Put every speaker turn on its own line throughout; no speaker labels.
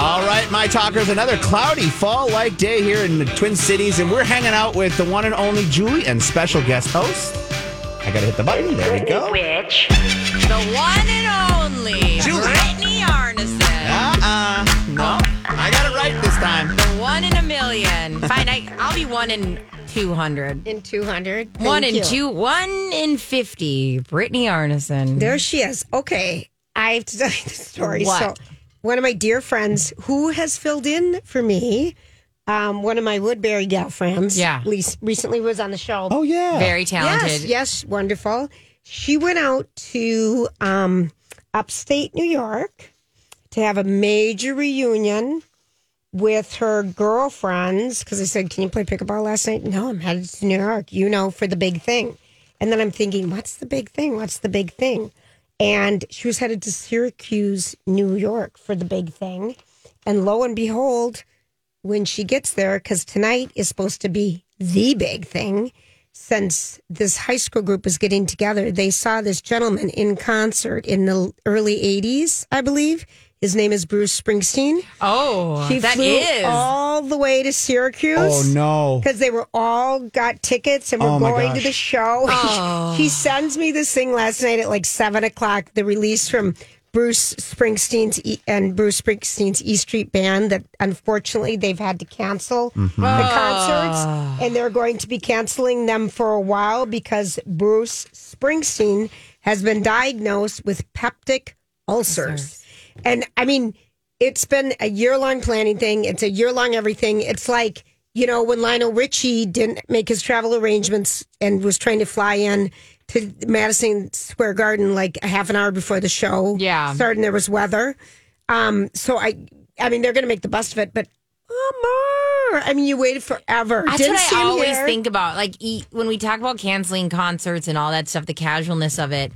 right, my talkers, another cloudy fall like day here in the Twin Cities, and we're hanging out with the one and only Julie and special guest host. I gotta hit the button. There we go.
Which?
The one and only
Julie.
Brittany Arneson.
Uh uh No. I got it right this time.
The one in a million. Fine, I, I'll be one in 200.
In 200.
One
Thank
in
you.
two, one in 50. Brittany Arneson.
There she is. Okay. I have to tell you the story.
What?
So, one of my dear friends who has filled in for me, um, one of my Woodbury gal friends,
Yeah.
Lise, recently was on the show.
Oh, yeah.
Very
yes,
talented.
yes, wonderful. She went out to um, upstate New York to have a major reunion with her girlfriends because I said, Can you play pickleball last night? No, I'm headed to New York, you know, for the big thing. And then I'm thinking, What's the big thing? What's the big thing? And she was headed to Syracuse, New York for the big thing. And lo and behold, when she gets there, because tonight is supposed to be the big thing, since this high school group is getting together, they saw this gentleman in concert in the early 80s, I believe. His name is Bruce Springsteen.
Oh,
She
that
flew
is.
all the way to Syracuse.
Oh, no.
Because they were all got tickets and were
Oh, my
going to
gosh.
the show. he sends me this thing last night at like seven o'clock. The release from Bruce Springsteen's e- and Bruce Springsteen's E Street Band that unfortunately they've had to cancel
Mm-hmm.
the concerts, and they're going to be canceling them for a while because Bruce Springsteen has been diagnosed with peptic ulcers. And I mean, it's been a year long planning thing. It's a year long everything. It's like, you know, when Lionel Richie didn't make his travel arrangements and was trying to fly in to Madison Square Garden like a half an hour before the show
Yeah.
started and there was weather. Um, so I I mean they're gonna make the best of it, but Omar, I mean you waited forever.
That's
Didn't
what
see
I
him
always
here.
think about. Like e- when we talk about canceling concerts and all that stuff, the casualness of it.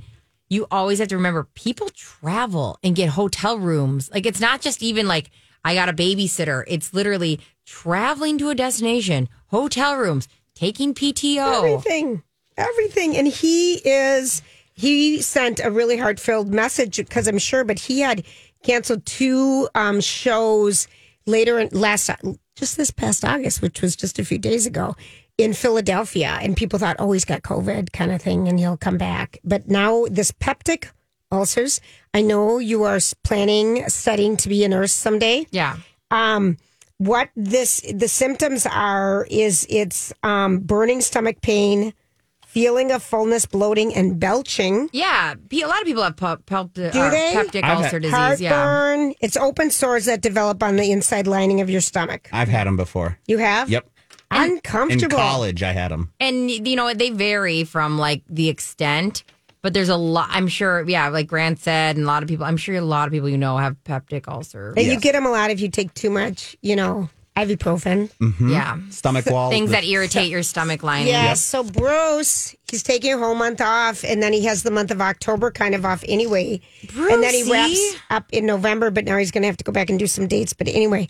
You always have to remember people travel and get hotel rooms. Like it's not just even like I got a babysitter. It's literally traveling to a destination, hotel rooms, taking PTO.
Everything. Everything. And he is, he sent a really heartfelt message because I'm sure, but he had canceled two um, shows later in last, just this past August, which was just a few days ago in Philadelphia. And people thought, oh, he's got COVID kind of thing and he'll come back. But now this peptic ulcers, I know you are planning, studying to be a nurse someday
Yeah.
um, what this the symptoms are is it's um, burning stomach pain, feeling of fullness, bloating, and belching.
Yeah. P- A lot of people have pep- pep- or
they?
I've
peptic
had-
ulcer disease. Yeah.
Heartburn. It's open sores that develop on the inside lining of your stomach.
I've had them before.
You have?
Yep. In
Uncomfortable.
college, I had them.
and you know what they vary from like the extent but there's a lot i'm sure yeah like grant said and a lot of people i'm sure a lot of people you know have peptic ulcer
And you get them a lot if you take too much, you know, ibuprofen.
Mm-hmm.
yeah
Stomach wall.
things that irritate your stomach lining
Yes. So Bruce, he's taking a whole month off, and then he has the month of October kind of off anyway. And then he
Brucey.
wraps up in November, but now he's going to have to go back and do some dates. But anyway,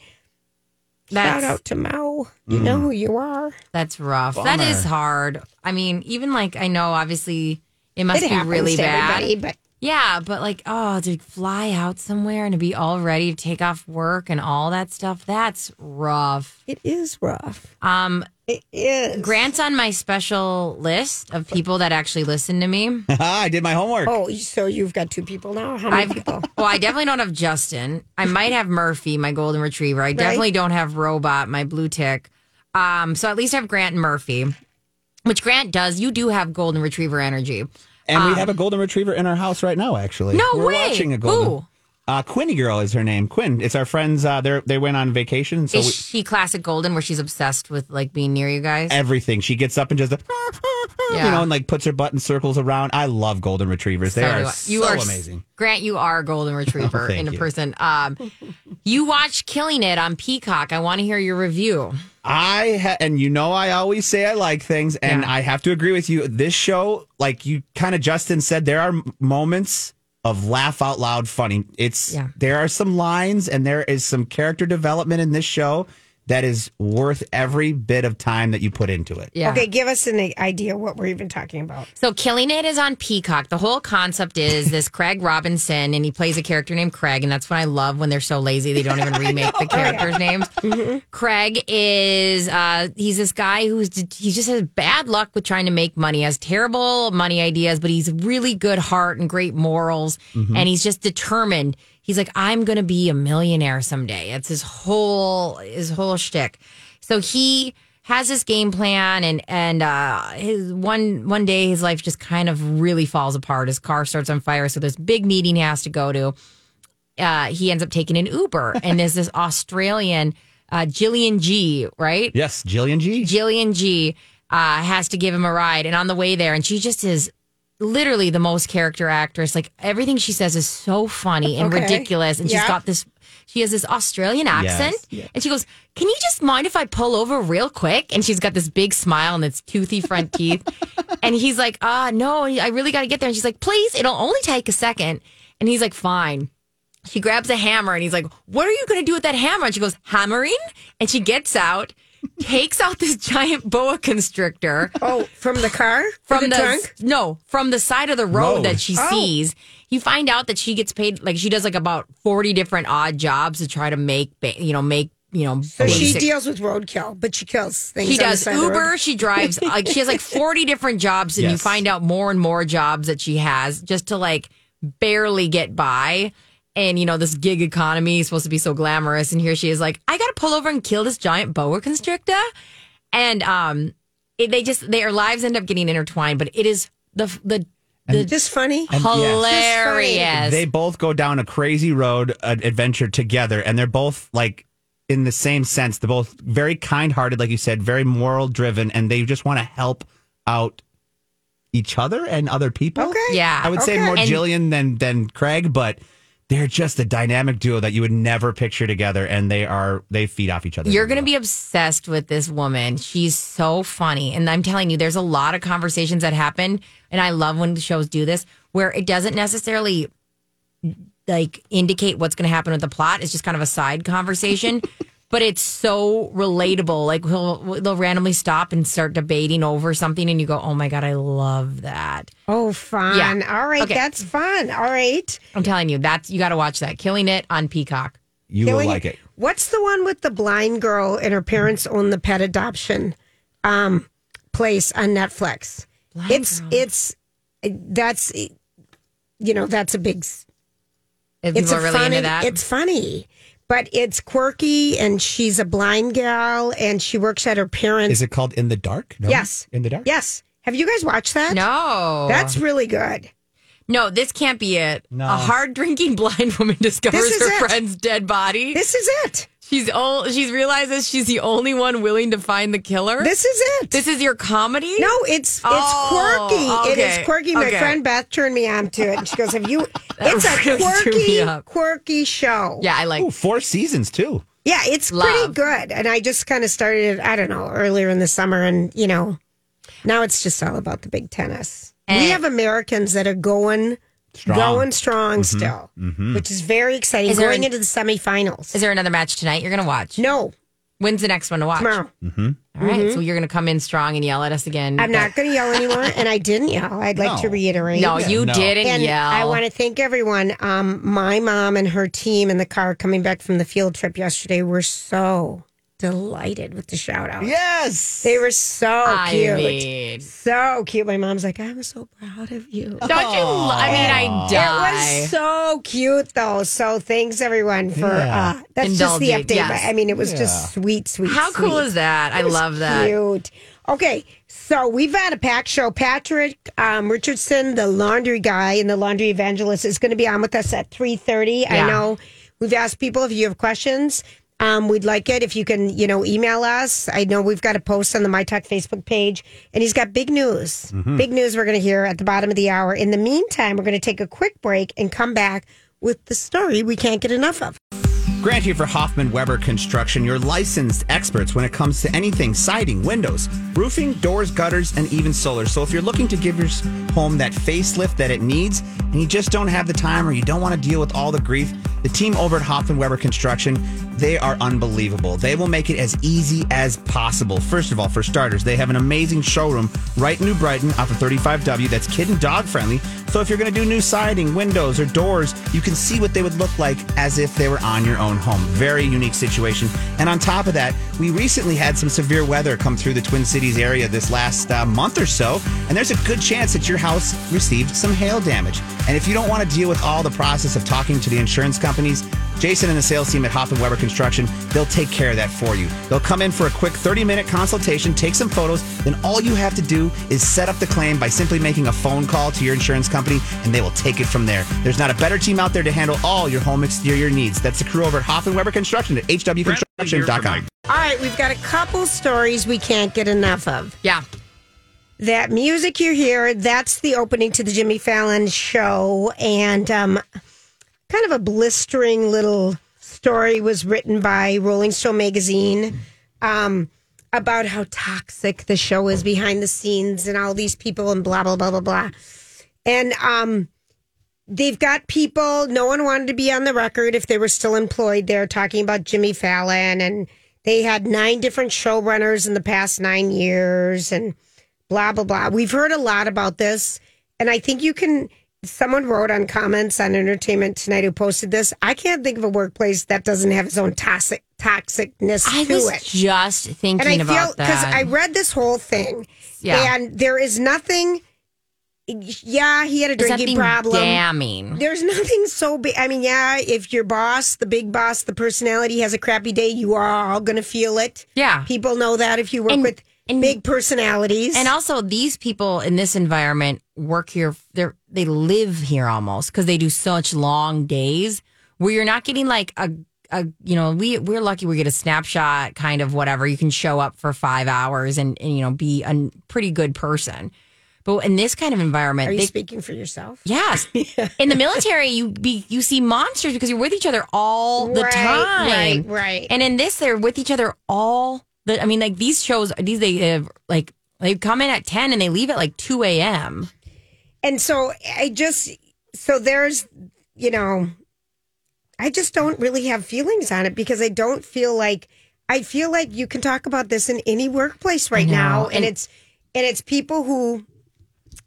shout
that's
out to Mao. You know who you are.
that's rough that
Bummer.
is hard i mean even like i know obviously it must
it
be
happens
really
to
bad
everybody, but
yeah but like oh to fly out somewhere and to be all ready to take off work and all that stuff that's rough
it is rough.
um
It is.
grant's on my special list of people that actually listen to me
I did my homework.
Oh, so you've got two people now? How many
I've,
people?
well, I definitely don't have Justin. I might have Murphy, my golden retriever. I definitely don't have Robot, my blue tick. Um, so at least I have Grant and Murphy, which Grant does. You do have golden retriever energy.
And we have a golden retriever in our house right now, actually.
Ah. No
We're
way.
watching a golden.
Who?
Uh, Quinny girl is her name. Quinn. It's our friends. Uh, they they went on vacation, so
Is
we,
she classic golden, where she's obsessed with like being near you guys?
everything. She gets up and just, you
Yeah.
know, and like puts her butt in circles around. I love golden retrievers. They
So
are
do I.
so
s-
amazing.
Grant, you are a golden retriever
thank
in a
you.
person. Um, you watch Killing It on Peacock. I want to hear your review.
I ha- and you know I always say I like things, and
Yeah.
I have to agree with you. This show, like you kind of Justin said, there are m- moments of laugh out loud funny. It's
Yeah.
there are some lines, and there is some character development in this show that is worth every bit of time that you put into it.
Yeah.
Okay, give us an idea what we're even talking about.
So Killing It is on Peacock. The whole concept is this Craig Robinson, and he plays a character named Craig, and that's what I love when they're so lazy they don't even remake the characters' names. Craig is uh, he's this guy who's he just has bad luck with trying to make money. He has terrible money ideas, but he's really good heart and great morals, and he's just determined. He's like, I'm gonna be a millionaire someday. That's his whole his whole shtick. So he has this game plan and and uh his one one day his life just kind of really falls apart his car starts on fire so this big meeting he has to go to uh he ends up taking an uber and there's this australian uh jillian g right
Yes, Jillian G.
jillian g uh has to give him a ride and on the way there and she just is literally the most character actress like everything she says is so funny and
Okay.
ridiculous and
Yeah.
she's got this she has this Australian accent
Yes.
and she goes, Can you just mind if I pull over real quick? And she's got this big smile and it's toothy front teeth. and he's like, Ah, no, I really got to get there. And she's like, Please, it'll only take a second. And he's like, Fine. She grabs a hammer and he's like, What are you going to do with that hammer? And she goes, Hammering. And she gets out, takes out this giant boa constrictor
Oh, from the car?
from the,
trunk? Oh.
no from the side of the road,
Road.
that she sees you find out that she gets paid like she does like about 40 different odd jobs to try to make ba- you know make you know
So she
basic-
deals with roadkill, but she kills things.
she
on the
does
side of the road.
uber she drives like she has like 40 different jobs and you
Yes.
find out more and more jobs that she has just to like barely get by and you know this gig economy is supposed to be so glamorous and here she is like i gotta pull over and kill this giant boa constrictor and um it, they just their lives end up getting intertwined but it is the the the
Just funny.
hilarious
They both go down a crazy road uh, adventure together, and they're both like in the same sense. They're both very kind-hearted, like you said, very moral-driven, and they just want to help out each other and other people.
Okay.
yeah
I would say
Okay.
more
And-
Jillian than than Craig, but they're just a dynamic duo that you would never picture together, and they are they feed off each other.
You're
really
going to be obsessed with this woman. She's so funny. And I'm telling you, there's a lot of conversations that happen. And I love when shows do this where it doesn't necessarily like indicate what's going to happen with the plot. It's just kind of a side conversation, but it's so relatable. Like he'll, they'll randomly stop and start debating over something. And you go, oh my God, I love that.
Oh, fun.
Yeah.
All right.
Okay.
That's fun. All right.
I'm telling you, that's, you got to watch that. Killing It on Peacock.
well. you will
Killing-
like it.
What's the one with the blind girl and her parents own the pet adoption um, place on Netflix?
Blind
it's
girl.
it's that's you know that's a big s-
If
it's
people
a
are really
funny
into that.
it's funny but it's quirky and she's a blind gal and she works at her parents
Is it called In the Dark? No?
yes
In the Dark.
yes have you guys watched that
no.
that's really good
No, this can't be it. A hard drinking blind woman discovers
is
her
it.
friend's dead body.
this is it
she's all she's realizes she's the only one willing to find the killer.
this is it
This is your comedy?
No, it's it's
Oh,
quirky. It
okay,
is quirky. My
okay.
friend Beth turned me on to it, and she goes, "Have you?"
That
It's a
really threw me
quirky,
up.
quirky show.
Yeah, I like
Ooh, four seasons too.
yeah, it's pretty
Love.
good. And I just kind of started it. I don't know earlier in the summer, and you know, now it's just all about the big tennis. we
And-
have Americans that are going
Strong. Mm-hmm.
going strong still, which is very exciting.
Is there
going
an-
into the semifinals.
Is there another match tonight you're gonna watch?
no,
When's the next one to watch?
tomorrow. Mm-hmm.
All right, so you're gonna come in strong and yell at us again.
I'm not going to yell anymore, and I didn't yell. I'd like to
No.
reiterate.
No, you
No.
didn't
And
yell.
I want to thank everyone. Um, my mom and her team in the car coming back from the field trip yesterday were so delighted with the shout out.
Yes.
They were so
I
cute.
mean,
So cute. My mom's like, I'm so proud of you.
don't you? lo- I mean, I
It
die.
was so cute, though. So thanks, everyone, for
Yeah.
uh, that's just the
Indulging,
update.
yes.
but I mean, it was just sweet, sweet.
How cool
sweet.
is that? I love that.
Cute. Okay, so we've had a packed show. Patrick um, Richardson, the laundry guy and the laundry evangelist, is going to be on with us at three thirty. I
Yeah.
know we've asked people if you have questions. Um, we'd like it if you can, you know, email us. I know we've got a post on the My Talk Facebook page, and he's got big news. Big news we're going to hear at the bottom of the hour. In the meantime, we're going to take a quick break and come back with the story we can't get enough of.
Grant here for Hoffman Weber Construction, your licensed experts when it comes to anything siding, windows, roofing, doors, gutters, and even solar. So if you're looking to give your s- home that facelift that it needs and you just don't have the time or you don't want to deal with all the grief, the team over at Hoffman Weber Construction They are unbelievable. They will make it as easy as possible. First of all, for starters, they have an amazing showroom right in New Brighton off of 35W that's kid and dog friendly. So if you're going to do new siding, windows, or doors, you can see what they would look like as if they were on your own home. Very unique situation. And on top of that, we recently had some severe weather come through the Twin Cities area this last uh, month or so, and there's a good chance that your house received some hail damage. And if you don't want to deal with all the process of talking to the insurance companies, Jason and the sales team at Hoffman Weber Construction, they'll take care of that for you. They'll come in for a quick 30 minute consultation, take some photos, then all you have to do is set up the claim by simply making a phone call to your insurance company and they will take it from there. There's not a better team out there to handle all your home exterior needs. That's the crew over at Hoffman Weber Construction at hwconstruction.com.
All right, we've got a couple stories we can't get enough of.
Yeah.
That music you hear, that's the opening to the Jimmy Fallon show. And um, kind of a blistering little story was written by Rolling Stone magazine um, about how toxic the show is behind the scenes and all these people and blah, blah, blah, blah, blah. And um, they've got people, no one wanted to be on the record if they were still employed there, talking about Jimmy Fallon. And they had nine different showrunners in the past nine years and blah, blah, blah. We've heard a lot about this. And I think you can, someone wrote on comments on Entertainment Tonight who posted this. I can't think of a workplace that doesn't have its own toxic toxicness
I
to
was
it.
just thinking
And I feel
about
because
that.
I read this whole thing,
Yeah.
and there is nothing. Yeah, he had a
There's nothing
drinking problem.
Damning.
There's nothing so big. I mean, yeah, if your boss, the big boss, the personality has a crappy day, you are all going to feel it.
Yeah.
People know that if you work
And-
with
and-
big personalities.
And also, these people in this environment work here. They are they live here almost because they do such long days where you're not getting like a a you know we we're lucky we get a snapshot kind of whatever you can show up for five hours and, and you know be a pretty good person. But in this kind of environment,
are you
they
speaking for yourself?
Yes. In the military, you be you see monsters because you're with each other all the
Right,
time.
right, right.
And in this, they're with each other all the. I mean, like these shows, these they have like they come in at ten and they leave at like two a.m.
And so I just, so there's, you know, I just don't really have feelings on it because I don't feel like, I feel like you can talk about this in any workplace right
know,
now. And,
and-
it's, and it's people who,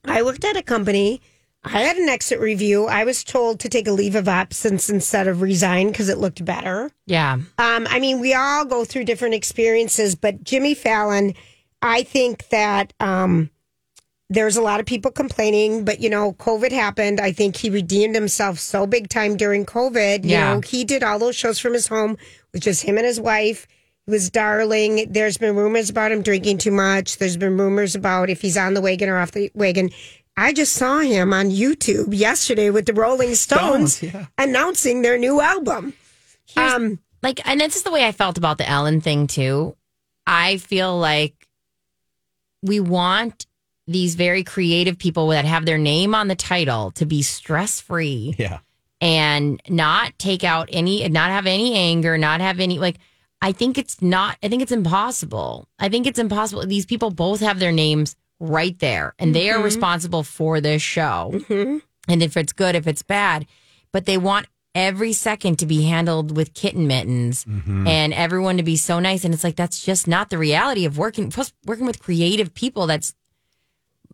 I worked at a company. I had an exit review. I was told to take a leave of absence instead of resign because it looked better.
Yeah.
Um, I mean, we all go through different experiences, but Jimmy Fallon, I think that um, there's a lot of people complaining, but you know, COVID happened. I think he redeemed himself so big time during COVID. You
Yeah.
know, he did all those shows from his home with just him and his wife. He was darling. There's been rumors about him drinking too much. There's been rumors about if he's on the wagon or off the wagon. I just saw him on YouTube yesterday with the Rolling Stones,
Stones, yeah.
announcing their new album. um,
Like, and this is the way I felt about the Ellen thing too. I feel like we want these very creative people that have their name on the title to be stress free.
Yeah.
and not take out any not have any anger not have any like i think it's not i think it's impossible i think it's impossible these people both have their names right there and they are responsible for this show and if it's good if it's bad but they want every second to be handled with kitten mittens
Mm-hmm.
and everyone to be so nice and it's like that's just not the reality of working plus working with creative people that's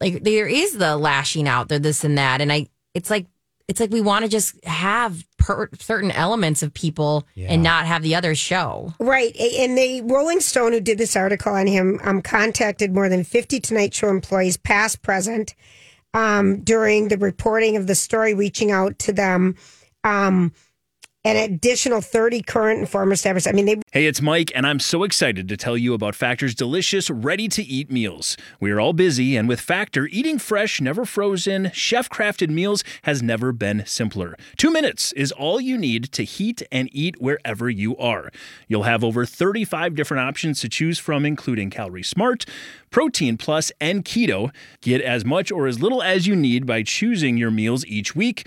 like there is the lashing out there this and that and i it's like it's like we want to just have per- certain elements of people and not have the other show
Right. A- And the Rolling Stone, who did this article on him, um, contacted more than 50 Tonight Show employees, past, present, um, during the reporting of the story, reaching out to them. Um, an additional 30 current and former staffers. I mean, they
Hey, it's Mike, and I'm so excited to tell you about Factor's delicious, ready to eat meals. We are all busy, and with Factor, eating fresh, never frozen, chef crafted meals has never been simpler. Two minutes is all you need to heat and eat wherever you are. You'll have over 35 different options to choose from, including Calorie Smart, Protein Plus, and Keto. Get as much or as little as you need by choosing your meals each week.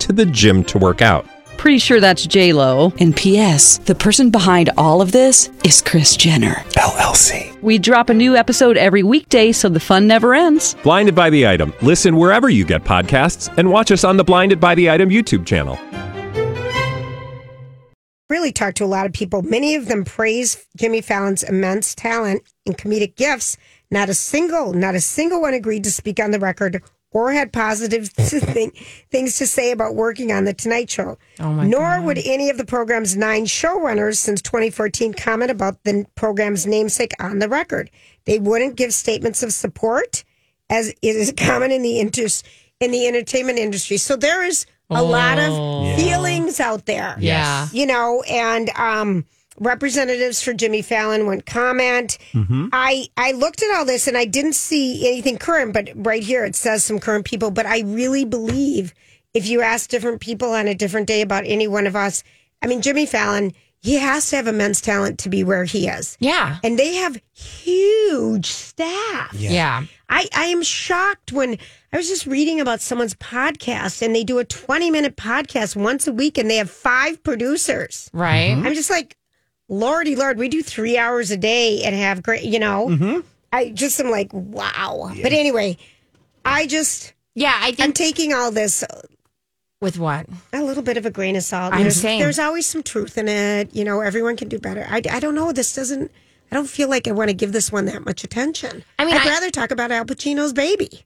to the gym to work out.
Pretty sure that's J Lo.
And P.S. The person behind all of this is Chris Jenner.
LLC.
We drop a new episode every weekday, so the fun never ends.
Blinded by the item. Listen wherever you get podcasts, and watch us on the Blinded by the Item YouTube channel.
really talked to a lot of people. Many of them praise Jimmy Fallon's immense talent and comedic gifts. Not a single, not a single one agreed to speak on the record or had positive thing, things to say about working on the Tonight Show.
Oh my
Nor would any of the program's nine showrunners since 2014 comment about the program's namesake on the record. They wouldn't give statements of support, as it is common in the inter- in the entertainment industry. So there is a lot
Oh.
of feelings out there
Yeah.
you know, and um, representatives for Jimmy Fallon went comment. I I looked at all this and I didn't see anything current, but right here it says some current people. But I really believe if you ask different people on a different day about any one of us, I mean Jimmy Fallon, he has to have immense talent to be where he is,
Yeah.
and they have huge staff.
Yeah.
I, I am shocked when I was just reading about someone's podcast and they do a 20 minute podcast once a week and they have five producers.
Right.
I'm just like, Lordy Lord, we do three hours a day and have great, you know? I just am like, wow. But anyway, I just,
Yeah. I
I'm
think
taking all this
with what?
a little bit of a grain of salt.
I'm
there's,
saying-
there's always some truth in it. You know, everyone can do better. I, I don't know. This doesn't, I don't feel like I want to give this one that much attention.
I mean,
I'd
I-
rather talk about Al Pacino's baby.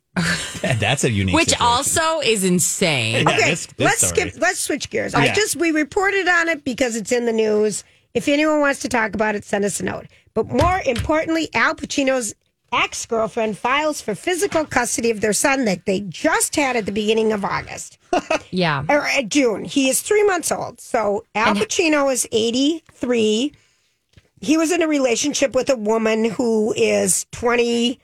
That's a unique.
Which
situation.
also is insane.
Yeah,
Okay,
this- this
let's
story.
skip. Let's switch gears. I
Yeah.
just we reported on it because it's in the news. If anyone wants to talk about it, send us a note. But more importantly, Al Pacino's ex girlfriend files for physical custody of their son that they just had at the beginning of August
Yeah.
or uh, June. He is three months old. So Al Pacino is 83. He was in a relationship with a woman who is 26,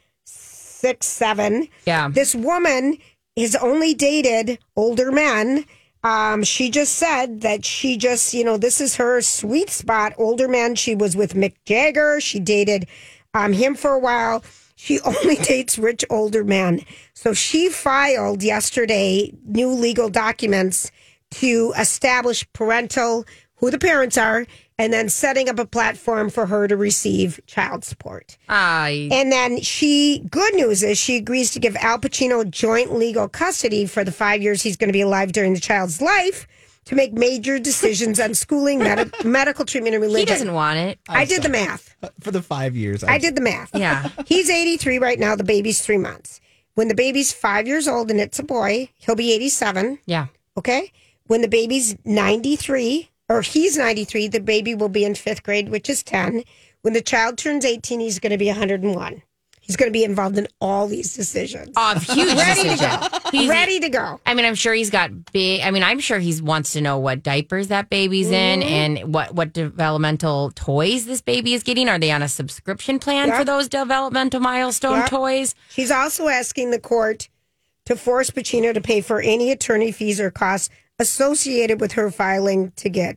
7.
Yeah.
This woman has only dated older men. Um, she just said that she just, you know, this is her sweet spot. Older men. She was with Mick Jagger. She dated um, him for a while. She only dates rich older men. So she filed yesterday new legal documents to establish parental, who the parents are, and then setting up a platform for her to receive child support.
I.
And then she, good news is she agrees to give Al Pacino joint legal custody for the five years he's going to be alive during the child's life to make major decisions on schooling, medi medical treatment, and
He
religion.
doesn't want it.
I did the math.
for the five years.
I did the math.
Yeah.
He's 83 right now. The baby's three months. When the baby's five years old and it's a boy, he'll be 87.
Yeah.
Okay. When the baby's 93, or he's 93, the baby will be in fifth grade, which is 10. When the child turns 18, he's going to be 101. He's going to be involved in all these decisions.
Of huge
ready
decision.
to go.
He's-
ready to go.
I mean, I'm sure he's got big. I mean, I'm sure he wants to know what diapers that baby's in
Mm-hmm.
and what what developmental toys this baby is getting. Are they on a subscription plan for
Yep.
those developmental milestone
Yep.
toys?
She's also asking the court to force Pacino to pay for any attorney fees or costs associated with her filing to get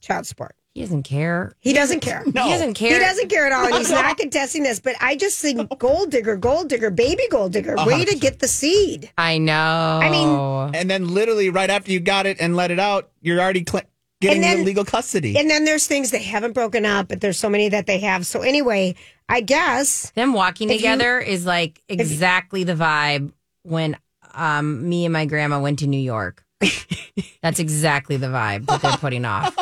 child support.
He doesn't care.
He doesn't care.
He doesn't care.
He doesn't care at all, and he's not contesting this. But I just think gold digger, gold digger, baby gold digger, way to get the seed.
I know. I
mean-
And then literally right after you got it and let it out, you're already cl- getting
And then-
the legal custody.
And then there's things they haven't broken up, but there's so many that they have. So anyway, I guess
them walking
If you-
together is like exactly the vibe when um me and my grandma went to New York. That's exactly the vibe that they're putting off.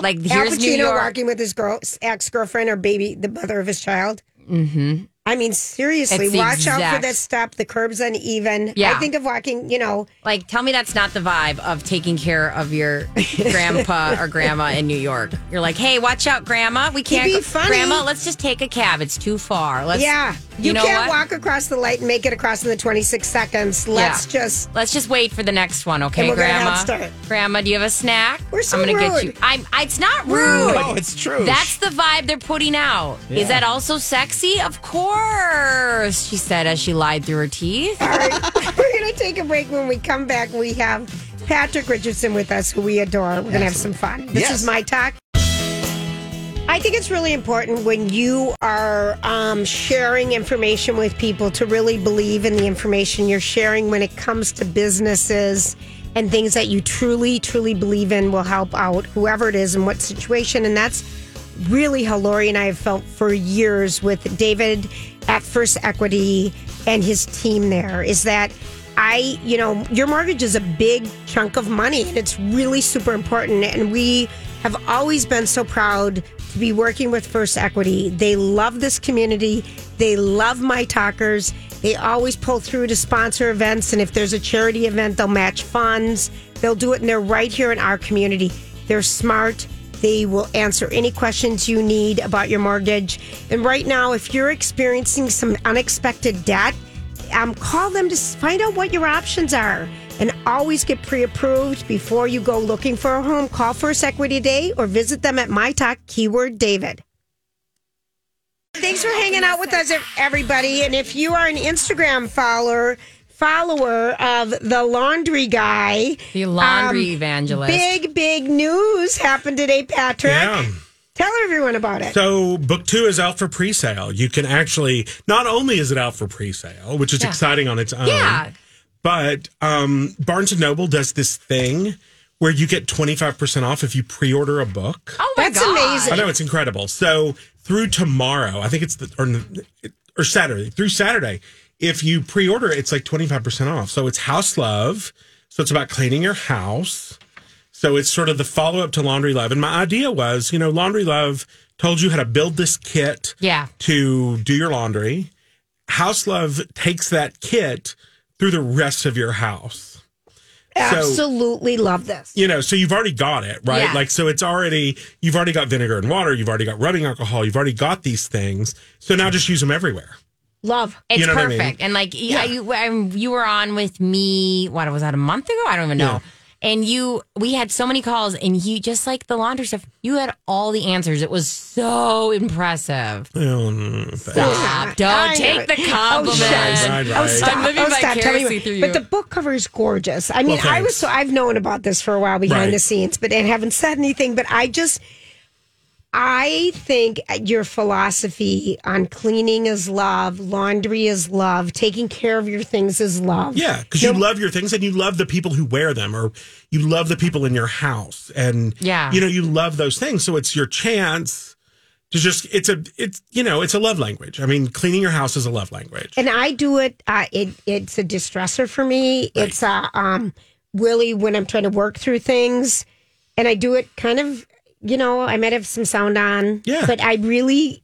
Like
Al
here's New
Pacino
York.
walking with his girl, ex girlfriend or baby, the mother of his child.
Mm-hmm.
I mean, seriously,
It's the
watch out for
exact-
that step. The curb's uneven.
Yeah.
I think of walking, you know,
Like, tell me that's not the vibe of taking care of your grandpa or grandma in New York. You're like, hey, watch out, grandma. We can't.
be
go-
funny.
Grandma, let's just take a cab. It's too far. Let's,
yeah,
You,
you,
know
can't
what?
walk across the light and make it across in the 26 seconds. Let's just,
Let's just wait for the next one, okay,
we're gonna
grandma?
outstart.
Grandma, do you have a snack?
We're so
I'm gonna get
rude.
you. I'm. I- It's not rude.
No, Oh, it's true.
That's the vibe they're putting out. Is that also sexy? Of course, she said as she lied through her teeth.
all right, we're going to take a break. When we come back, we have Patrick Richardson with us, who we adore. We're going to have some fun. This
Yes.
is my talk. I think it's really important when you are um, sharing information with people to really believe in the information you're sharing when it comes to businesses and things that you truly, truly believe in will help out whoever it is in what situation. And that's really how Lori and I have felt for years with David at First Equity and his team there is that I, you know, your mortgage is a big chunk of money and it's really super important. And we have always been so proud to be working with First Equity. They love this community, they love my talkers. They always pull through to sponsor events. And if there's a charity event, they'll match funds, they'll do it. And they're right here in our community. They're smart. They will answer any questions you need about your mortgage. And right now, if you're experiencing some unexpected debt, um, call them to s- find out what your options are and always get pre approved before you go looking for a home. Call First Equity Day or visit them at My Talk, keyword David. Thanks for hanging out with us, everybody. And if you are an Instagram follower, follower of the laundry guy
The laundry
um,
evangelist.
big big news happened today patrick
Yeah.
tell everyone about it
So, book two is out for pre sale. You can actually, not only is it out for pre sale, which is exciting on its own,
yeah.
but um, Barnes and Noble does this thing where you get 25% off if you pre order a book.
Oh my
That's
god.
amazing.
I know it's incredible. So through tomorrow, I think it's the or, or Saturday through Saturday, if you pre-order, it, it's like twenty five percent off. So it's House Love. So it's about cleaning your house. So it's sort of the follow up to Laundry Love. And my idea was, you know, Laundry Love told you how to build this kit
Yeah.
to do your laundry. House Love takes that kit through the rest of your house. So-
absolutely love this
you know, so you've already got it, right?
Yeah.
Like, so it's already, you've already got vinegar and water, you've already got rubbing alcohol, you've already got these things. So now just use them everywhere.
love
It's
You know what I
perfect.
mean?
And like yeah. you, um, you were on with me. What was that a month ago? I don't even know. And you, we had so many calls, and you just like the laundry stuff. You had all the answers. It was so impressive.
Um, but-
Stop! Don't
I know
take
it.
the compliment.
shucks.
Right, right.
Stop.
I'm living
Oh, stop. Tell me
vicariously
what-
through you.
But the book cover is gorgeous. I mean,
Well,
I was
thanks.
so I've known about this for a while behind
Right.
the scenes, but and haven't said anything. But I just, I think your philosophy on cleaning is love, laundry is love, taking care of your things is love.
yeah, because you love your things and you love the people who wear them or you love the people in your house. And,
Yeah.
you know, you love those things. So it's your chance to just, it's a, it's, you know, it's a love language. I mean, cleaning your house is a love language.
and I do it. Uh, it it's a distressor for me. It's uh, um really when I'm trying to work through things, and I do it kind of. You know, I might have some sound on.
Yeah.
but I really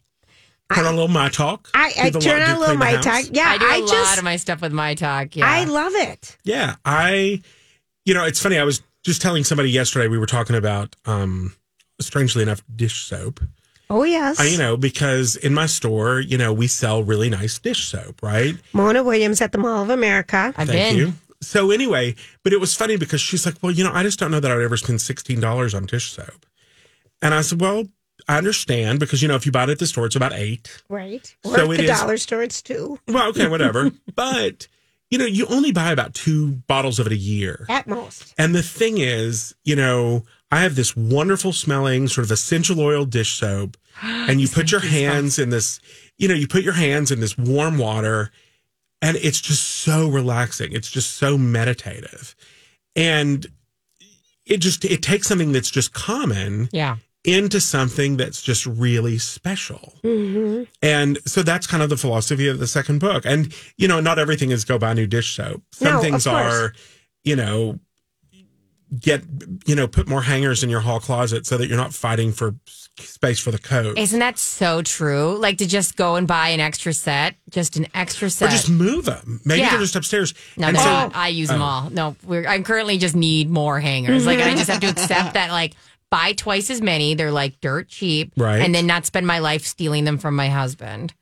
Turn on a little my talk.
I,
Do
I
the
turn
laundry,
on a little
clean the
my
house.
talk. Yeah,
I do a
I,
lot
just
of my stuff with my talk. Yeah,
I love it.
Yeah, I, you know, it's funny. I was just telling somebody yesterday we were talking about, um, strangely enough, dish soap.
Oh yes,
I, you know, because in my store, you know, we sell really nice dish soap, right?
Mona Williams at the Mall of America.
I've been.
Thank you. So anyway, but it was funny because she's like, well, you know, I just don't know that I would ever spend sixteen dollars on dish soap, and I said, well, I understand because you know if you buy it at the store, it's about eight.
Right,
So
or at
it
the
is-
dollar store, it's two
Well, okay, whatever, but you know, you only buy about two bottles of it a year.
at most.
And the thing is, you know, I have this wonderful smelling sort of essential oil dish soap, and you put your hands in this, you know, you put your hands in this warm water, and it's just so relaxing. It's just so meditative. And it just it takes something that's just common
Yeah,
into something that's just really special.
Mm-hmm.
And so that's kind of the philosophy of the second book. And, you know, not everything is go buy new dish soap. Some
No, of course.
things are, you know, get you know put more hangers in your hall closet so that you're not fighting for s- space for the coat
Isn't that so true? Like to just go and buy an extra set, just an extra set.
or just move them maybe
Yeah.
they're just upstairs
no,
And
they're
so-
not. I use them all. No, we're, I currently just need more hangers. Like I just have to accept that. Like buy twice as many. They're like dirt cheap,
Right.
And then not spend my life stealing them from my husband.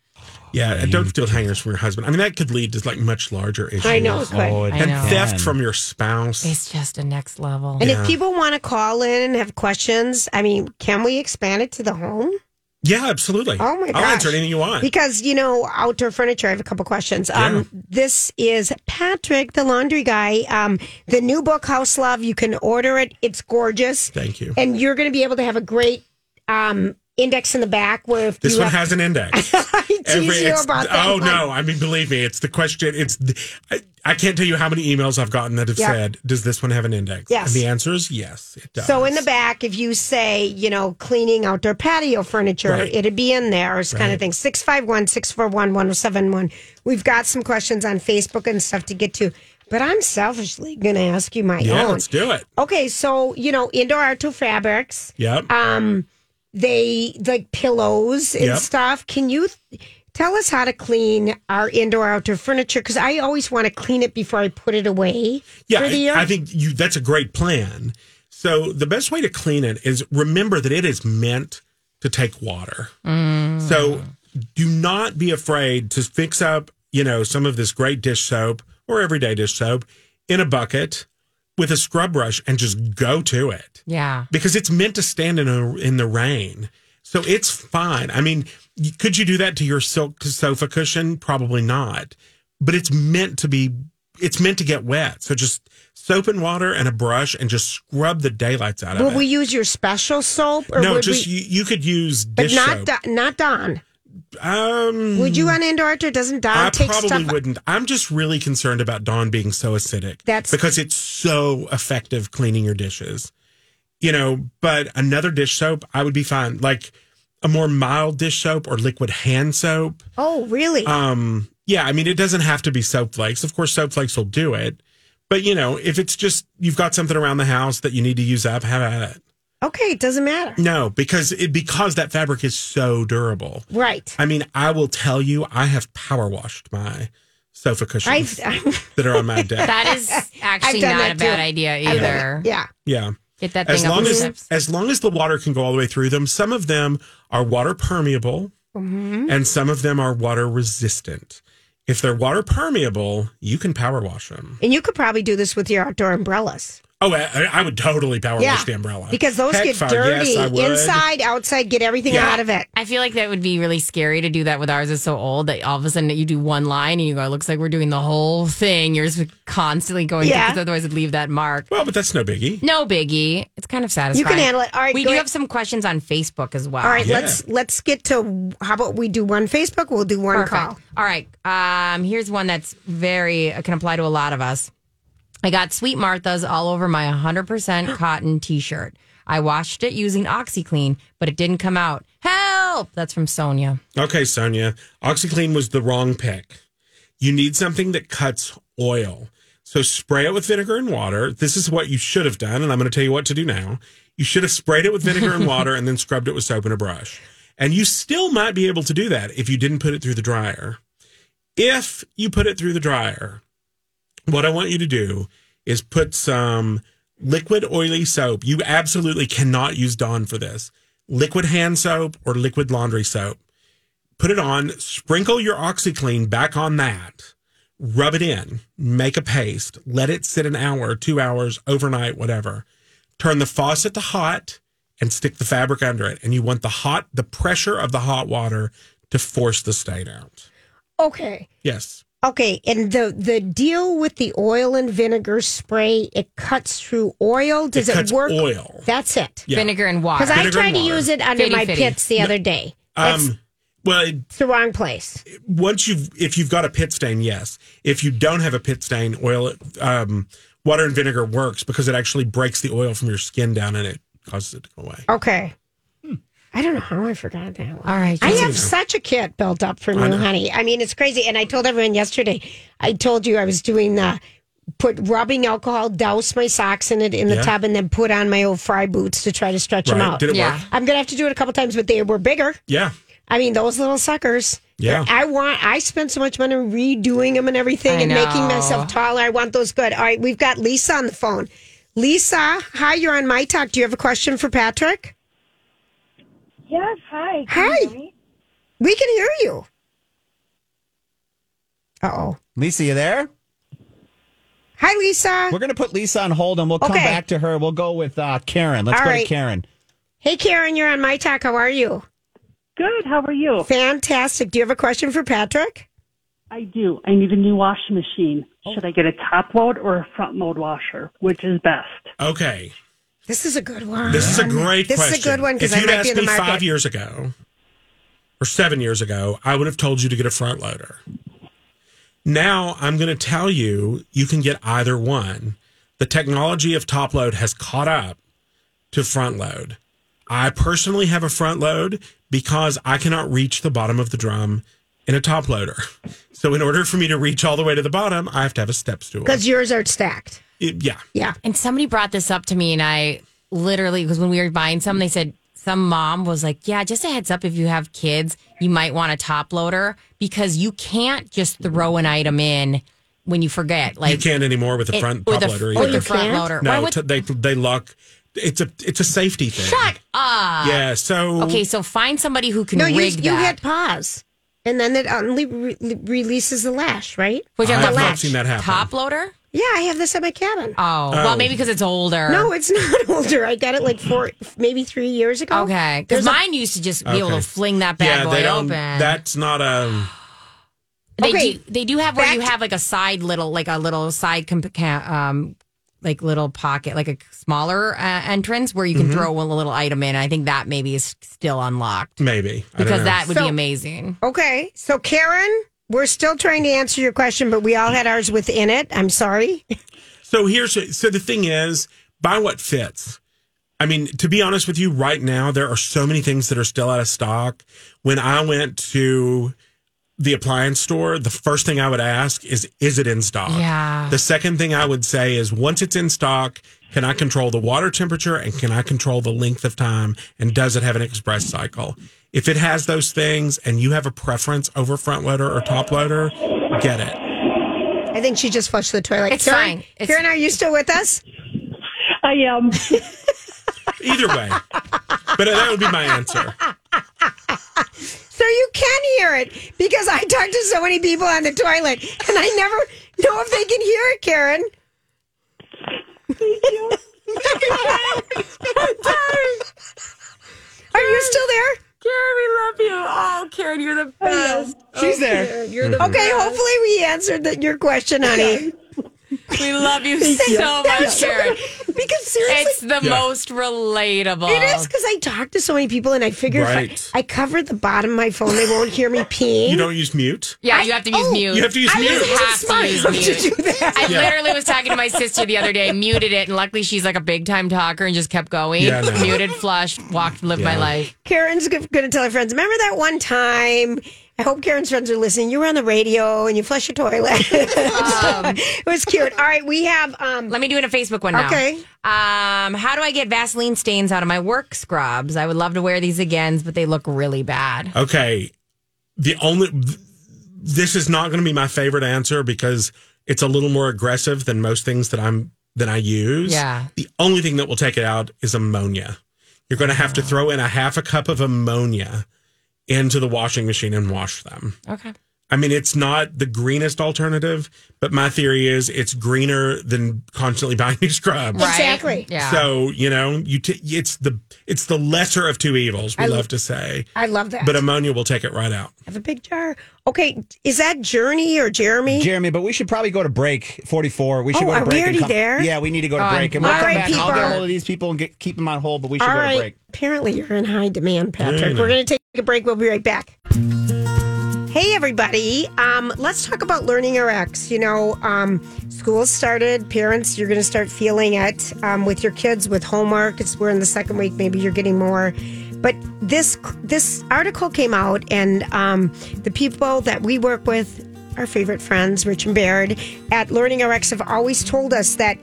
yeah and don't steal hangers from your husband i mean that could lead to like much larger issues
I know. But,
it
I
and
know.
theft
can.
from your spouse
It's just a next level.
and if people want to call in and have questions, I mean, can we expand it to the home?
yeah absolutely
Oh my
i'll answer
gosh.
anything you want
Because you know, outdoor furniture. I have a couple questions. Um, this is Patrick, the laundry guy. Um, the new book, House Love. You can order it. It's gorgeous,
thank you
and you're going to be able to have a great um, index in the back where if
this
you
one
have,
has an index
I tease you
it's-
about that.
Oh
one.
no! I mean, believe me, it's the question. It's I, I can't tell you how many emails I've gotten that have
Yeah.
said, "Does this one have an index?"
Yes.
and the answer is yes. It does.
So in the back, if you say, you know, cleaning outdoor patio furniture,
Right.
it'd be in there, it's kind of thing. 651 641 1071. We've got some questions on Facebook and stuff to get to, but I'm selfishly going to ask you my
yeah,
own.
let's do it.
Okay, so, you know, indoor outdoor fabrics,
Yep.
they like pillows and
Yep.
stuff. Can you th- tell us how to clean our indoor outdoor furniture? Because I always want to clean it before I put it away
yeah,
for the year.
I, I think you. That's a great plan. So the best way to clean it is remember that it is meant to take water.
Mm.
So do not be afraid to fix up, you know, some of this great dish soap or everyday dish soap in a bucket with a scrub brush and just go to it.
yeah.
because it's meant to stand in a, in the rain. So it's fine. I mean, y- could you do that to your silk sofa cushion? Probably not. But it's meant to be it's meant to get wet. So just soap and water and a brush and just scrub the daylights out of
Will
it.
we use your special soap? Or
no,
would
just
we-
you, you could use
But
dish
not
soap.
Do- not Don.
um
Would you on indoor outdoor? Doesn't Don
I
take
probably
stuff?
wouldn't. I'm just really concerned about Dawn being so acidic.
That's-
because it's so effective cleaning your dishes. You know, but another dish soap, I would be fine. Like a more mild dish soap or liquid hand soap.
Oh, really?
Um, yeah, I mean, it doesn't have to be soap flakes. Of course, soap flakes will do it. But you know, if it's just you've got something around the house that you need to use up, have at it.
okay, it doesn't matter.
No, because it because that fabric is so durable.
Right.
I mean, I will tell you, I have power washed my sofa
I've,
cushions
I've
that are on my deck.
That is actually
done
not
that
a bad
too.
idea either.
yeah.
Yeah,
Get that thing
as
up
long
the
as
steps.
as long as the water can go all the way through them. Some of them are water permeable,
Mm-hmm.
and some of them are water resistant. If they're water permeable, you can power wash them.
And you could probably do this with your outdoor umbrellas.
Oh, I, I- I would totally power
yeah.
wash the umbrella
Because those
Heck
get
fine.
dirty
Yes, I would.
inside, outside. Get everything
Yeah.
out of it.
I feel like that would be really scary to do that with ours. Is so old that all of a sudden you do one line and you go, it looks like we're doing the whole thing. You're just constantly going,
Yeah.
yeah. otherwise it'd leave that mark.
Well, but that's no biggie.
No biggie. It's kind of satisfying.
You can handle it. All right,
We
go
do
ahead.
have some questions on Facebook as well.
All right,
Yeah.
let's let's get to how about we do one Facebook, we'll do one
Perfect.
call.
All right. Um, here's one that's very uh, can apply to a lot of us. I got Sweet Martha's all over my 100% cotton T-shirt. I washed it using OxyClean, but it didn't come out. Help! That's from Sonia.
Okay, Sonia. OxyClean was the wrong pick. You need something that cuts oil. So spray it with vinegar and water. This is what you should have done, and I'm going to tell you what to do now. You should have sprayed it with vinegar and water and then scrubbed it with soap and a brush. And you still might be able to do that if you didn't put it through the dryer. If you put it through the dryer, what I want you to do is put some liquid oily soap. You absolutely cannot use Dawn for this. Liquid hand soap or liquid laundry soap put it on, sprinkle your OxyClean back on that, rub it in, make a paste, let it sit an hour, two hours, overnight, whatever. Turn the faucet to hot and stick the fabric under it. And you want the hot, the pressure of the hot water to force the stain out.
Okay.
Yes.
Okay, and the the deal with the oil and vinegar spray, it cuts through oil. Does it,
cuts
work?
oil.
That's it.
Yeah.
Vinegar and water.
Because I
Vinegar
tried
and
to
water.
use it under
Fitty
my
fitty.
pits the other day. That's
Um, well, it-
it's the wrong place.
once you've if you've got a pit stain, yes. If you don't have a pit stain, oil, um, water and vinegar works because it actually breaks the oil from your skin down and it causes it to go away.
Okay.
Hmm.
I don't know how I forgot that one.
All right,
I
Jen.
have such a kit built up for new honey. I mean, it's crazy. And I told everyone yesterday, I told you I was doing the put rubbing alcohol, douse my socks in it in the
Yeah.
tub, and then put on my old fry boots to try to stretch them
Right.
out.
Did it
Yeah.
work?
I'm gonna have to do it a couple times, but they were bigger.
Yeah.
I mean, those little suckers.
Yeah.
I want. I spent so much money redoing them and everything,
I
and making
know.
myself taller. I want those good. All right, we've got Lisa on the phone. Lisa, hi. You're on my talk. Do you have a question for Patrick?
Yes, hi.
Hi. We can hear you. Uh oh.
Lisa, you there?
Hi, Lisa.
We're going to put Lisa on hold and we'll come
Okay.
back to her. We'll go with uh, Karen. Let's
All
go
right.
to Karen.
Hey, Karen. You're on my talk. How are you?
Good. How are you?
Fantastic. Do you have a question for Patrick?
I do. I need a new washing machine. Should I get a top load or a front load washer? Which is best?
Okay.
This is a good one.
This is a great
Um, This
question.
is a good one because
If
I
you'd
might be
asked
in the
me
market.
five years ago or seven years ago, I would have told you to get a front loader. Now I'm going to tell you you can get either one. The technology of top load has caught up to front load. I personally have a front load because I cannot reach the bottom of the drum in a top loader. So in order for me to reach all the way to the bottom, I have to have a step stool.
Because yours are stacked.
It- yeah.
Yeah.
And somebody brought this up to me, and I literally, because when we were buying some, they said, some mom was like, Yeah, just a heads up if you have kids, you might want a top loader because you can't just throw an item in when you forget.
You
Like,
can't anymore with a
it-
front
or
top
the,
loader
or
either.
the front
can't?
loader. Why
No,
would-
t- they they lock. It's a it's a safety thing.
shut up.
Yeah. So
Okay, so find somebody who can
No, you,
rig
you
that.
hit pause. And then it only re- releases the lash, right?
which
I
I'm
have
like,
not seen that happen.
Top loader?
Yeah, I have this at my cabin.
Oh, well, maybe because it's older.
No, it's not older. I got it like four, maybe three years ago.
Okay, because
There's a-
mine used to just be able to
Okay.
fling that bad
yeah,
boy
they don't.
open.
That's not a.
They
Okay.
do. They do have where
Back
you
to-
have like a side little, like a little side, comp- ca- um, like little pocket, like a smaller uh, entrance where you
Mm-hmm.
can throw a little item in. I think that maybe is still unlocked
Maybe I don't
because
know.
that would
So-
be amazing.
Okay. So, Karen, we're still trying to answer your question, but we all had ours within it. I'm sorry.
So here's so the thing is buy what fits. I mean, to be honest with you, right now there are so many things that are still out of stock. When I went to the appliance store, the first thing I would ask is, is it in stock?
Yeah.
The second thing I would say is, once it's in stock, can I control the water temperature and can I control the length of time? And does it have an express cycle? If it has those things and you have a preference over front loader or top loader, get it.
I think she just flushed the toilet.
It's
Karen,
fine. It's-
Karen, are you still with us?
I am.
Either way. but that would be my answer.
So you can hear it because I talk to so many people on the toilet and I never know if they can hear it, Karen. Are you still there?
Karen, we love you. Oh, Karen, you're the best.
She's there.
Okay, hopefully we answered that your question, honey.
We love you so much, Karen.
Because seriously,
It's the most relatable.
It is because I talk to so many people, and I figure
Right.
if I, I cover the bottom of my phone, they won't hear me peeing.
You don't use mute?
Yeah, you have to use
oh,
mute.
You have to use
I
mute.
was
You have
too
to
smart
use
to do
mute.
that.
I literally was talking to my sister the other day, muted it, and luckily she's like a big time talker and just kept going.
Yeah, no.
Muted, flushed, walked, lived my
Yeah.
life.
Karen's going to tell her friends. Remember that one time? I hope Karen's friends are listening. You were on the radio and you flush your toilet. it was cute. All right, we have. Um,
Let me do it a Facebook one now.
Okay.
Um, how do I get Vaseline stains out of my work scrubs? I would love to wear these again, but they look really bad.
Okay. The only th- this is not going to be my favorite answer because it's a little more aggressive than most things that I'm that I use.
Yeah.
The only thing that will take it out is ammonia. You're going to have to
Oh.
throw in a half a cup of ammonia into the washing machine and wash them.
Okay.
I mean, it's not the greenest alternative, but my theory is it's greener than constantly buying new scrubs.
Right?
Exactly.
Yeah.
So you know, you t- it's the it's the lesser of two evils. We love to say,
I love that.
but
I
ammonia will take it right out.
have a big jar. Okay, is that Journey or Jeremy?
Jeremy, but we should probably go to break 44. We should
Oh,
go to
are we
break. and
already
come-
there?
Yeah, we need to go to
Oh,
break. And
I'm-
we'll
All
come
right,
back and I'll get
people.
hold of these people and get, keep them on hold, but we should
All
go to
right.
break.
Apparently, you're in high demand,
Very
Patrick.
nice.
We're going to take a break. We'll be right back. Hey, everybody. Um, let's talk about Learning RX. You know, um, school started. Parents, you're going to start feeling it um, with your kids with homework. It's we're in the second week. Maybe you're getting more. But this this article came out, and um, the people that we work with our favorite friends, Rich and Baird at Learning RX, have always told us that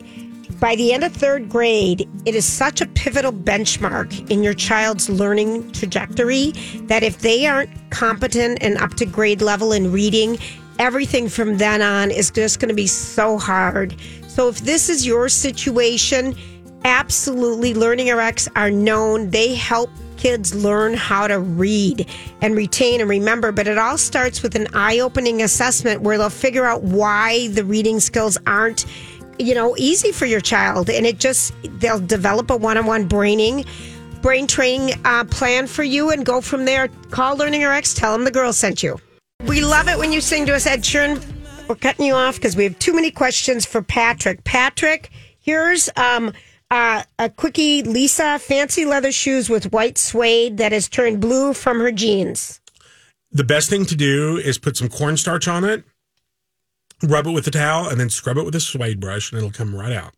by the end of third grade, it is such a pivotal benchmark in your child's learning trajectory that if they aren't competent and up to grade level in reading, everything from then on is just going to be so hard. So if this is your situation, absolutely Learning RX are known. They help kids learn how to read and retain and remember, but it all starts with an eye opening assessment where they'll figure out why the reading skills aren't you know easy for your child and it just they'll develop a one-on-one braining brain training uh, plan for you and go from there call learning rx tell them the girl sent you we love it when you sing to us ed sheeran we're cutting you off because we have too many questions for patrick patrick here's um uh, a quickie lisa fancy leather shoes with white suede that has turned blue from her jeans
The best thing to do is put some cornstarch on it, rub it with a towel, and then scrub it with a suede brush, and it'll come right out.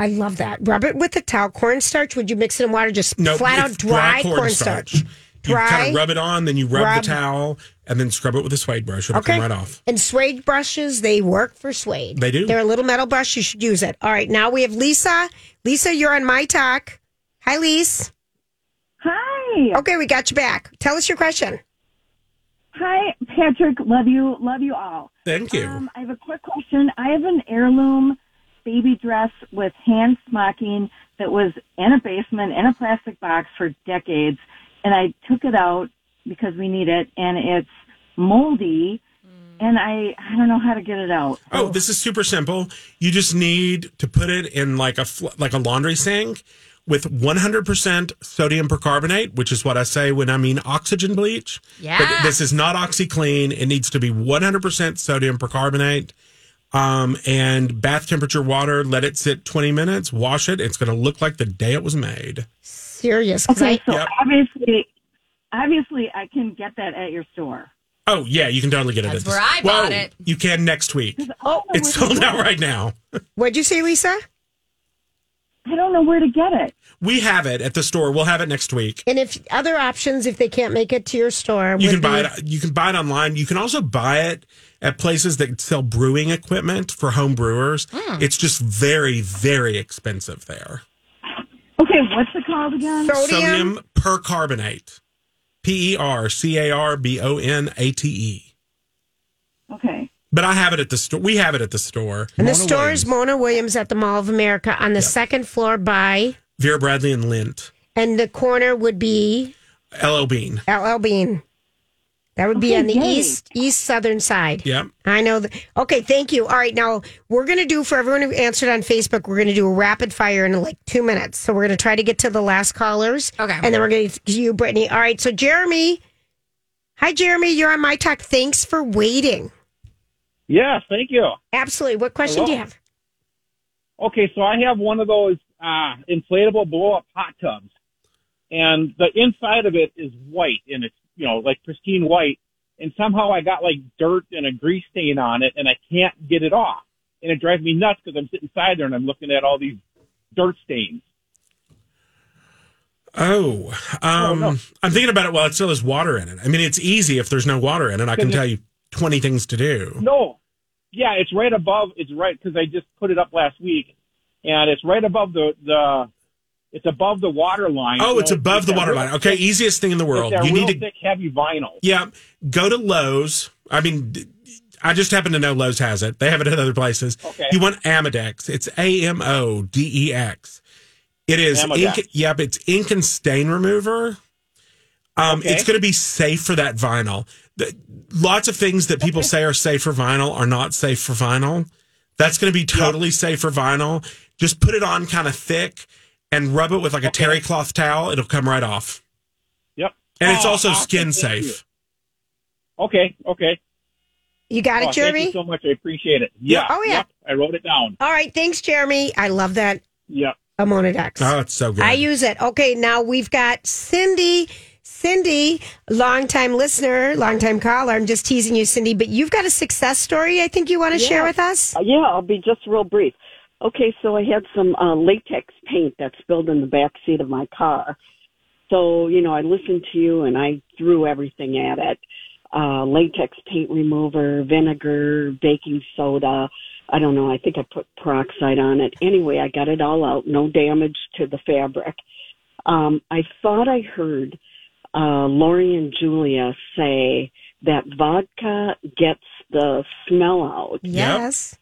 I love that. Rub it with a towel. Cornstarch, would you mix it in water? Just
No,
flat out
it's
dry, cornstarch.
You kind
Dry,
of rub it on, then you rub,
rub-
the towel, and then scrub it with a suede brush. It'll come right off.
And suede brushes, they work for suede.
They do.
They're a little metal brush. You should use it. All right. Now we have Lisa. Lisa, you're on my talk. Hi, Lise.
Hi.
Okay, we got you back. Tell us your question.
Hi, Patrick. Love you. Love you all.
Thank you.
Um, I have a quick question. I have an heirloom baby dress with hand smocking that was in a basement in a plastic box for decades, and I took it out because we need it, and it's moldy, and I I don't know how to get it out.
Oh, this is super simple. You just need to put it in like a fl- like a laundry sink with 100% sodium percarbonate, which is what I say when I mean oxygen bleach.
Yeah.
But this is not OxyClean. It needs to be 100% sodium percarbonate. Um, and bath temperature water, let it sit 20 minutes, wash it. It's going to look like the day it was made.
Serious. 'cause
Okay, so
Yep.
obviously, obviously, I can get that at your store.
Oh, yeah, you can totally get it.
That's
at this-
where I bought it.
You can next week.
Oh,
It's sold out right now.
I- what'd you say, Lisa?
I don't know where to get it.
We have it at the store. We'll have it next week.
And if other options, if they can't make it to your store,
You
would
can buy
be-
it. You can buy it online. You can also buy it at places that sell brewing equipment for home brewers.
Hmm.
It's just very, very expensive there.
Okay, what's it called again?
Sodium.
Sodium percarbonate, P E R C A R B O N A T E.
Okay.
But I have it at the store. We have it at the store.
And the store is Mona Williams at the Mall of America on the second floor by,
Vera Bradley and Lint,
and the corner would be
L.L. Bean.
LL Bean. That would be
Okay,
on the
yay.
east east southern side.
Yep.
I know. Th- okay, thank you. All right, now we're going to do for everyone who answered on Facebook. We're going to do a rapid fire in like two minutes. So we're going to try to get to the last callers.
Okay.
and then we're going to you, Brittany. All right, so Jeremy. Hi, Jeremy. You're on my talk. Thanks for waiting.
Yes, thank you.
Absolutely. What question do you have?
Okay, so I have one of those uh, inflatable blow up hot tubs, and the inside of it is white, and it's you know like pristine white, and somehow I got like dirt and a grease stain on it, and I can't get it off, and it drives me nuts because I'm sitting inside there and I'm looking at all these dirt stains.
Oh, um, I'm thinking about it while it still has water in it. I mean, it's easy if there's no water in it. I can tell you 20 things to do.
No, yeah, it's right above. It's right because I just put it up last week, and it's right above the the. It's above the water line.
Oh, it's
You know,
above the
that
water
real
line. Okay,
thick-
easiest thing in the world.
that
You
real
need to,
thick, heavy vinyl.
yeah, go to Lowe's. I mean, d- I just happen to know Lowe's has it. They have it at other places.
Okay.
You want Amodex. It's A M O D E X. It is
Amodex.
ink. Yep, it's ink and stain remover. Um,
Okay.
It's going to be safe for that vinyl. The, lots of things that people say are safe for vinyl are not safe for vinyl. That's going to be totally safe for vinyl. Just put it on kind of thick and rub it with like a terry cloth towel. It'll come right off.
Yep.
And it's
Oh,
also
awesome.
skin
Thank you.
safe.
Okay, okay.
You got it,
Oh,
Jeremy.
Thank you so much. I appreciate it. Yeah.
Oh, yeah.
Yep. I wrote it down.
All right, thanks, Jeremy. I love that
Yep.
Amonadex.
Oh, it's so good.
I use it. Okay, now we've got Cindy. Cindy, longtime listener, longtime caller. I'm just teasing you, Cindy, but you've got a success story I think you want to share with us.
Uh, Yeah, I'll be just real brief. Okay, so I had some uh, latex paint that spilled in the back seat of my car. So, you know, I listened to you and I threw everything at it. uh, latex paint remover, vinegar, baking soda. I don't know. I think I put peroxide on it. Anyway, I got it all out. No damage to the fabric. Um, I thought I heard uh, Lori and Julia say that vodka gets the smell out.
Yes.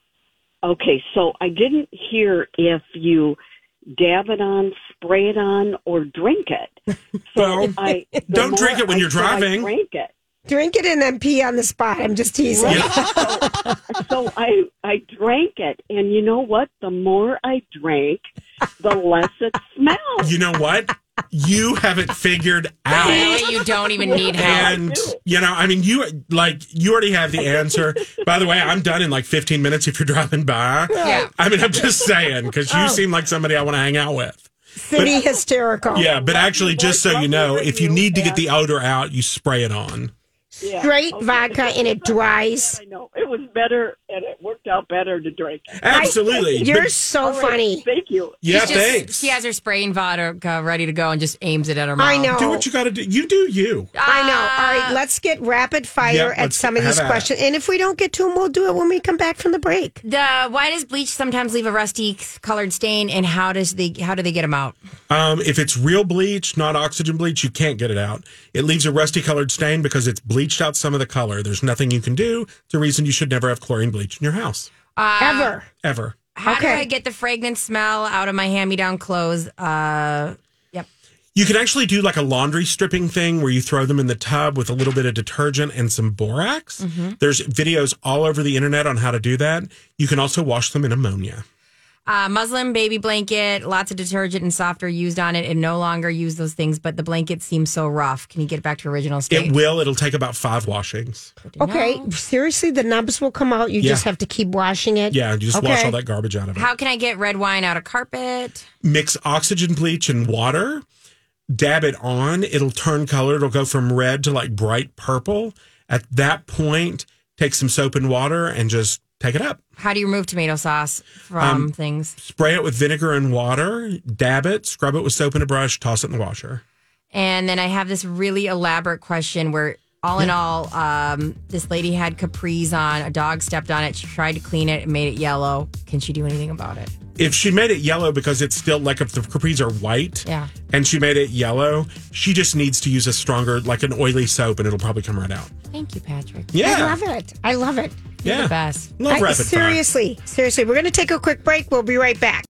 Okay, so I didn't hear if you dab it on, spray it on, or drink it. So I the
don't drink
more
it when you're
I said I
driving.
drank it.
Drink it and then pee on the spot. I'm just teasing.
so I I drank it, and you know what? The more I drank, the less it smelled.
You know what? You have it figured out.
Really, you don't even need help.
And you know, I mean, you like you already have the answer. By the way, I'm done in like 15 minutes if you're dropping by.
Yeah.
I mean, I'm just saying because you seem like somebody I want to hang out with.
City hysterical.
Yeah, but actually, just so you know, if you need to get the odor out, you spray it on.
Yeah.
Straight
Okay.
vodka and it dries.
I know it was better, and it worked out better to drink. it.
Absolutely.
You're
But-
so
All right,
funny.
Thank you.
yeah,
She's just-
thanks.
She has her spraying vodka ready to go and just aims it at her mouth.
I know.
do what you got to do. You do you.
I know. All
Ah.
right, let's get rapid fire
Yeah,
at
let's
some of
have
these
at it.
questions. And if we don't get to them, we'll do it when we come back from the break.
The why does bleach sometimes leave a rusty colored stain, and how does they how do they get them out?
Um, if it's real bleach, not oxygen bleach, you can't get it out. It leaves a rusty colored stain because it's bleached out some of the color. There's nothing you can do. It's a reason you should never have chlorine bleach in your house
Ah.
Ever.
ever.
How do
Okay.
I get the fragrant smell out of my hand me down clothes? Uh,
You can actually do like a laundry stripping thing where you throw them in the tub with a little bit of detergent and some borax. There's videos all over the internet on how to do that. You can also wash them in ammonia.
uh, muslin baby blanket, lots of detergent and softer used on it, and no longer use those things. But the blanket seems so rough. Can you get it back to original state?
It will. It'll take about five washings.
Okay, seriously, the nubs will come out. You
Yeah.
just have to keep washing it.
Yeah, you just wash
Okay.
all that garbage out of it.
How can I get red wine out of carpet?
mix oxygen bleach and water, dab it on, it'll turn color. It'll go from red to like bright purple. At that point, take some soap and water and just take it up.
How do you remove tomato sauce from
Um,
things?
Spray it with vinegar and water, dab it, scrub it with soap and a brush, toss it in the washer.
And then I have this really elaborate question where, all in all, um, this lady had capris on. A dog stepped on it. She tried to clean it and made it yellow. Can she do anything about it?
If she made it yellow because it's still like if the capris are white
Yeah.
and she made it yellow, she just needs to use a stronger, like an oily soap and it'll probably come right out.
Thank you, Patrick.
Yeah.
I love it. I love it.
You're
yeah.
the best.
Love
I-
rapid fire.
seriously, seriously, we're going to take a quick break. We'll be right back.